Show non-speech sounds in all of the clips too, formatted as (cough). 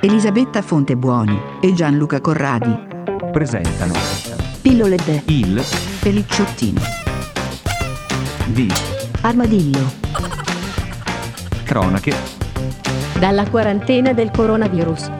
Elisabetta Fontebuoni e Gianluca Corradi presentano Pillole de il Pelicciottino. di Armadillo. cronache Dalla quarantena del coronavirus.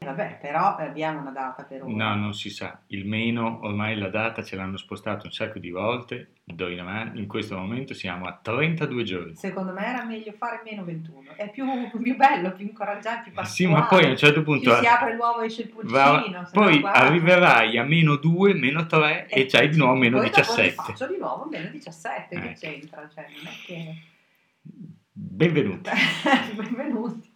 Vabbè, però abbiamo una data per ora. No, non si sa. Il meno, ormai la data ce l'hanno spostata un sacco di volte. d'ora In avanti, in questo momento siamo a 32 giorni. Secondo me era meglio fare meno 21. È più, (laughs) più bello, più incoraggiante, più Ma pasquale. Sì, ma poi a un certo punto Più si apre l'uovo e esce il pulcino. va- se no, poi guarda. arriverai a meno 2, meno 3 e c'hai di nuovo meno Poi dopo 17. Faccio di nuovo meno 17, che Eh. c'entra? Cioè, non è che... (laughs) Benvenuti. Benvenuti.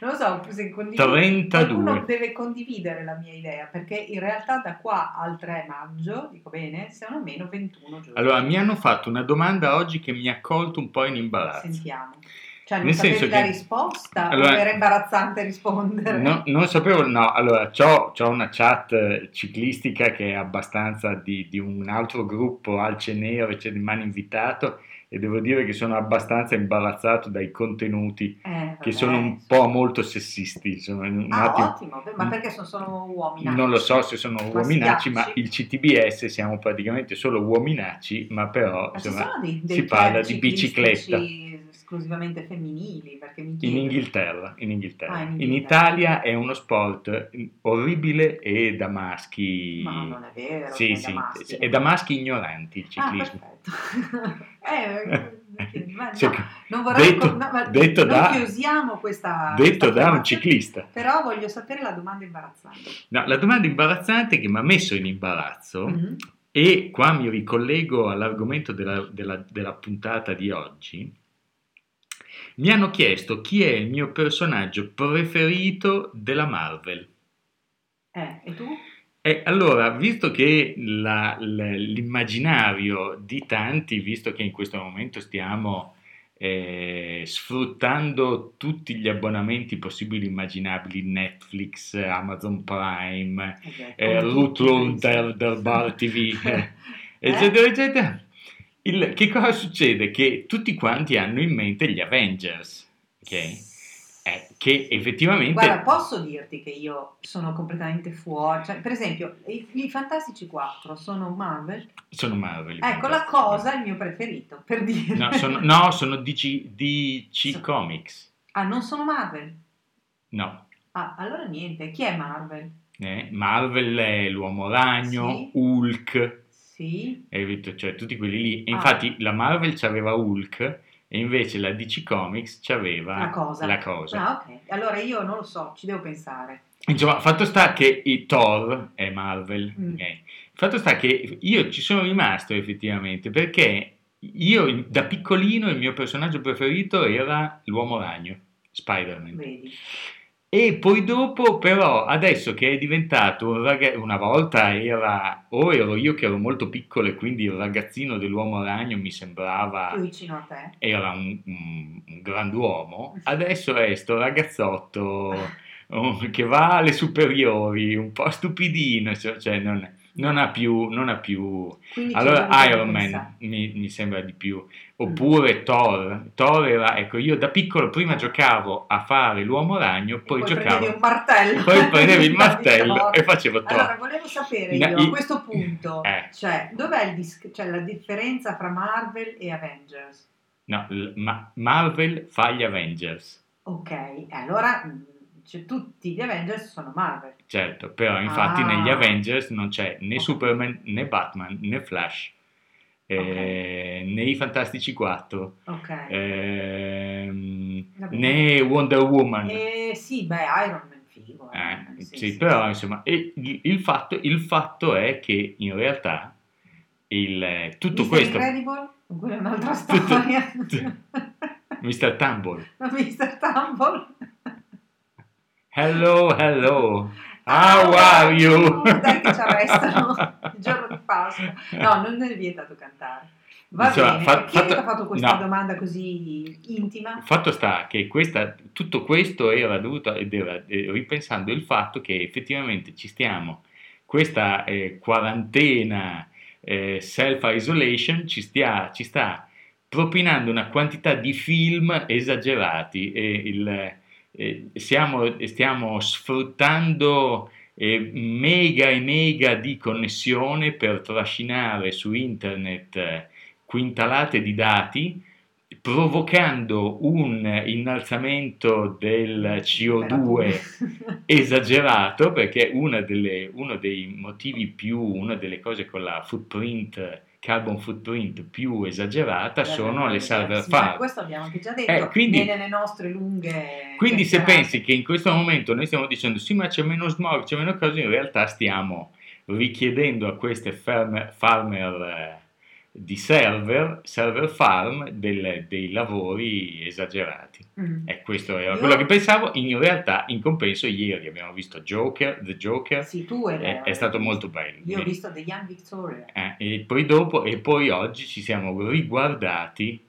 Non lo so, se condivido... 32. Qualcuno deve condividere la mia idea, perché in realtà da qua al 3 maggio, dico bene, siamo a meno 21 giorni. Allora, mi hanno fatto una domanda oggi che mi ha colto un po' in imbarazzo. Sentiamo. Cioè, non Nel sapevi senso la che- risposta Allora- o era imbarazzante rispondere? No, non sapevo, no, allora c'ho, c'ho una chat eh, ciclistica che è abbastanza di, di un altro gruppo, Alce Nero, e c'è di mano invitato e devo dire che sono abbastanza imbarazzato dai contenuti Eh, vabbè. che sono un po' molto sessisti, sono un Ah, attimo- ottimo, beh, ma perché sono solo uomini? non lo so se sono Ma uominacci, ma schiacci. il CTBS siamo praticamente solo uominacci, ma però Ma ci insomma, sono dei, dei si parla club di ciclistici bicicletta. esclusivamente femminili, perché mi In chiedo. Inghilterra, in Inghilterra. Ah, in in, Inghilterra. Italia è uno sport mm, orribile e da maschi. Ma non è vero, Sì, è sì, da maschi. è da maschi ignoranti il Ah, ciclismo. perfetto. (laughs) (laughs) eh, ma no, Cioè, non vorrei detto- no, ma detto non da- chiusiamo questa detto questa da un affermazione, ciclista. Però voglio sapere la domanda imbarazzante. No, la domanda imbarazzante che mi ha messo in imbarazzo, Mhm. e qua mi ricollego all'argomento della, della- della puntata di oggi, mi hanno chiesto chi è il mio personaggio preferito della Marvel. Eh, e tu? E allora, visto che la- l- l'immaginario di tanti, visto che in questo momento stiamo eh, sfruttando tutti gli abbonamenti possibili e immaginabili, Netflix, Amazon Prime, eh, Ruth Hunter del Bar TV, (laughs) eh, eccetera, eccetera, il- che cosa succede? Che tutti quanti hanno in mente gli Avengers, ok? Eh, che effettivamente... Guarda, posso dirti che io sono completamente fuori. Cioè, per esempio, i, i Fantastici 4 sono Marvel. Sono Marvel. Ecco, la fantastici. cosa è il mio preferito, per dire. No, sono, no, sono DC, DC So- Comics. Ah, non sono Marvel? No, Ah, allora niente. Chi è Marvel? eh, Marvel è l'Uomo Ragno, Sì. Hulk, Sì. hai capito? cioè tutti quelli lì. E Ah. infatti la Marvel c'aveva Hulk e invece la DC Comics c'aveva La cosa. la cosa. Ah, ok. Allora io non lo so, ci devo pensare. Insomma, fatto sta che i Thor è Marvel. Mm. ok? Fatto sta che io ci sono rimasto effettivamente perché io in- da piccolino il mio personaggio preferito era l'Uomo Ragno, Spider-Man. Vedi. E poi dopo, però, adesso che è diventato un ragazzo, una volta era, o ero io che ero molto piccolo e quindi il ragazzino dell'uomo ragno mi Più sembrava, vicino a te. era un, un, un grand'uomo, adesso è sto ragazzotto oh, che va alle superiori, un po' stupidino, cioè cioè non, non ha più, non ha più Quindi ci allora devo Iron Man pensare. mi, mi sembra di più, Mm. oppure Thor. Thor era, ecco, io da piccolo prima giocavo a fare l'uomo ragno, E poi, prendevi giocavo, un martello. poi (laughs) prendevi il Di martello Thor. e facevo Thor. Allora, volevo sapere Na- io i- a questo punto, Eh. cioè, dov'è il dis- cioè, la differenza fra Marvel e Avengers? No, l- ma- Marvel fa gli Avengers, Ok, e allora mh, cioè, tutti gli Avengers sono Marvel. certo, però infatti Ah. negli Avengers non c'è né Ok. Superman, né Batman, né Flash, eh, né i Fantastici 4, Ok. Eh. ehm, Vabbè. né Wonder Woman. Eh, sì, beh, Iron Man figo. Iron Man, Eh, sì, però insomma, e il, il fatto, il fatto è che in realtà il, eh, tutto Mr. questo, Incredible? Quella è un'altra Tutto- storia. (laughs) (laughs) Mr. Tumble, Mr. Tumble. hello, hello, how are (laughs) you? Oh, (laughs) Dai che ci arrestano il giorno di Pasqua. No, non è vietato cantare. Va Insomma, bene, fa- chi è che fatto- ha fatto questa no. domanda così intima? Fatto sta che questa- tutto questo era dovuto, ed era, eh, ripensando il fatto che effettivamente ci stiamo, questa eh, quarantena, eh, self-isolation, ci, stia- ci sta propinando una quantità di film esagerati e il- eh, siamo- stiamo sfruttando eh, mega e mega di connessione per trascinare su internet eh, quintalate di dati provocando un innalzamento del CO2 Temperatura. esagerato perché una delle- uno dei motivi più, una delle cose con la footprint, carbon footprint più esagerata sono le Sì, server ma farm. Questo abbiamo anche già detto Eh, quindi- nelle nostre lunghe. Quindi se chiacchierate. pensi che in questo momento noi stiamo dicendo sì ma c'è meno smog, c'è meno cose, in realtà stiamo richiedendo a queste ferme- farmer eh, di server, server farm, del- dei lavori esagerati. Mm. E questo era Io- quello che pensavo, in realtà in compenso ieri abbiamo visto Joker, The Joker, Sì, tu e è, Leo, è stato molto bello. Io ho visto The Young Victoria, Eh, e poi dopo, e poi oggi ci siamo riguardati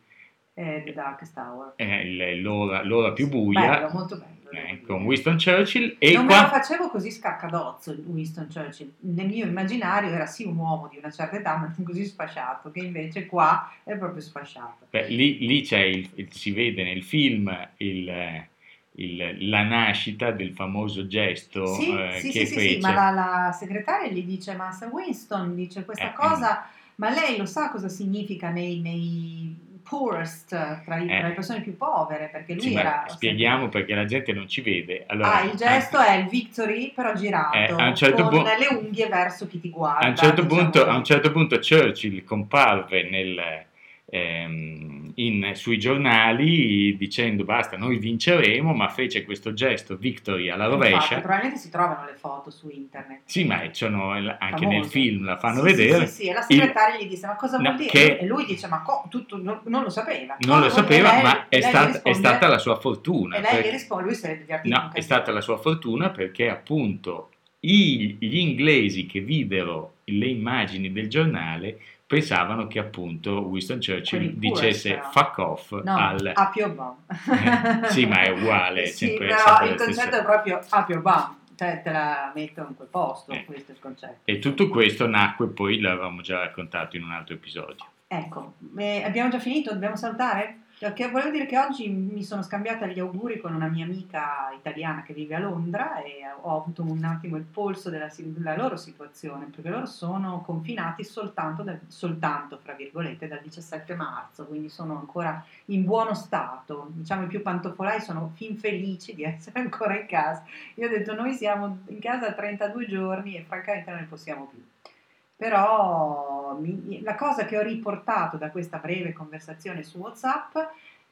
eh, The Darkest Tower. eh, il- l'ora, l'ora più buia Bello, molto bello. eh, devo dire. con Winston Churchill e non me qua- lo facevo così scaccadozzo Winston Churchill. Nel mio immaginario era sì un uomo di una certa età, ma (laughs) non così sfasciato, che invece qua è proprio sfasciato. beh, Cioè, lì, lì c'è il- il- si vede nel film il- il- la nascita del famoso gesto Sì, eh, sì, che sì, sì, fece. sì, ma la, la segretaria gli dice, ma Sir Winston dice questa Eh, cosa, ma lei lo sa cosa significa nei, nei poorest, tra, i- Eh. tra le persone più povere, perché lui Sì, ma era... spieghiamo perché la gente non ci vede. Allora, Ah, il gesto è il victory, però girato, Eh, a un certo con punto- le unghie verso chi ti guarda. a un, certo diciamo punto, così. a un certo punto Churchill comparve nel, ehm, in- sui giornali dicendo basta, noi vinceremo, ma fece questo gesto victory alla Infatti, rovescia. probabilmente si trovano le foto su internet. sì, ma sono- anche Famose. nel film la fanno Sì, sì, vedere. Sì, sì, e la segretaria gli disse: Ma cosa No, vuol dire? che- E lui dice: Ma co- tutto, non, non lo sapeva. Non lo Cosa vuol sapeva, dire? Lei- ma è, lei gli stata, è risponde- stata la sua fortuna. E lei gli perché- risponde: Lui sarebbe divertito. un No, è casino. stata la sua fortuna perché appunto i- gli inglesi che videro le immagini del giornale pensavano che appunto Winston Churchill Quelli pure, dicesse però. fuck off No, al... Apio Bomb. Eh, sì, ma è uguale, Sì, sempre- però sempre il lo stesso. concetto è proprio Apio Bomb. Cioè, te la metto in quel posto. Eh. Questo è il concetto. E tutto questo nacque poi, l'avevamo già raccontato in un altro episodio. Ecco, eh, abbiamo già finito, dobbiamo salutare? Perché volevo dire che oggi mi sono scambiata gli auguri con una mia amica italiana che vive a Londra e ho avuto un attimo il polso della, si- della loro situazione, perché loro sono confinati soltanto, dal- soltanto, fra virgolette, dal 17 marzo, quindi sono ancora in buono stato. Diciamo i più pantofolai sono fin felici di (laughs) essere ancora in casa. Io ho detto noi siamo in casa 32 giorni e francamente non ne possiamo più. Però mi- la cosa che ho riportato da questa breve conversazione su WhatsApp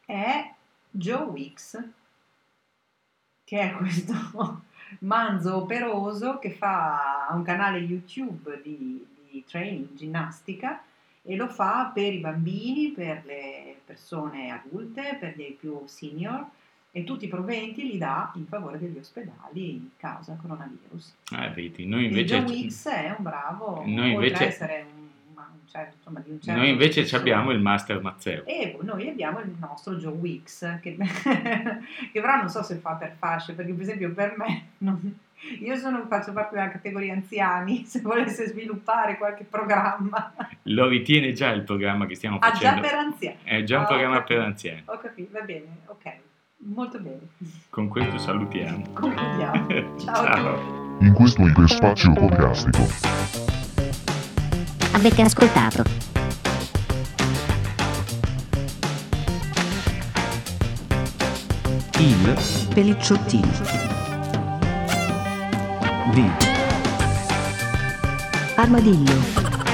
è Joe Wicks, che è questo (laughs) manzo operoso che fa ha un canale YouTube di, di training ginnastica e lo fa per i bambini, per le persone adulte, per dei più senior e tutti i proventi li dà in favore degli ospedali in causa coronavirus. Ah, vedi, noi Quindi invece... John Wicks è un bravo, oltre Noi invece- a essere un, ma- un certo- insomma, di un certo Noi invece spessore. abbiamo il master Mazzeo. E noi abbiamo il nostro Joe Wicks, che, (laughs) che però non so se fa per fasce, perché per esempio per me, non- io sono, faccio parte della categoria anziani, (laughs) se volesse sviluppare qualche programma, Lo ritiene già il programma che stiamo ah già facendo. per anziani, È già un Ah, programma ok. per anziani. ho capito, va bene, ok, molto bene, Con questo salutiamo. concludiamo, (laughs) ciao a tutti. In questo iperspazio podcastico. Avete ascoltato Il Pelicciottini. di Armadillo.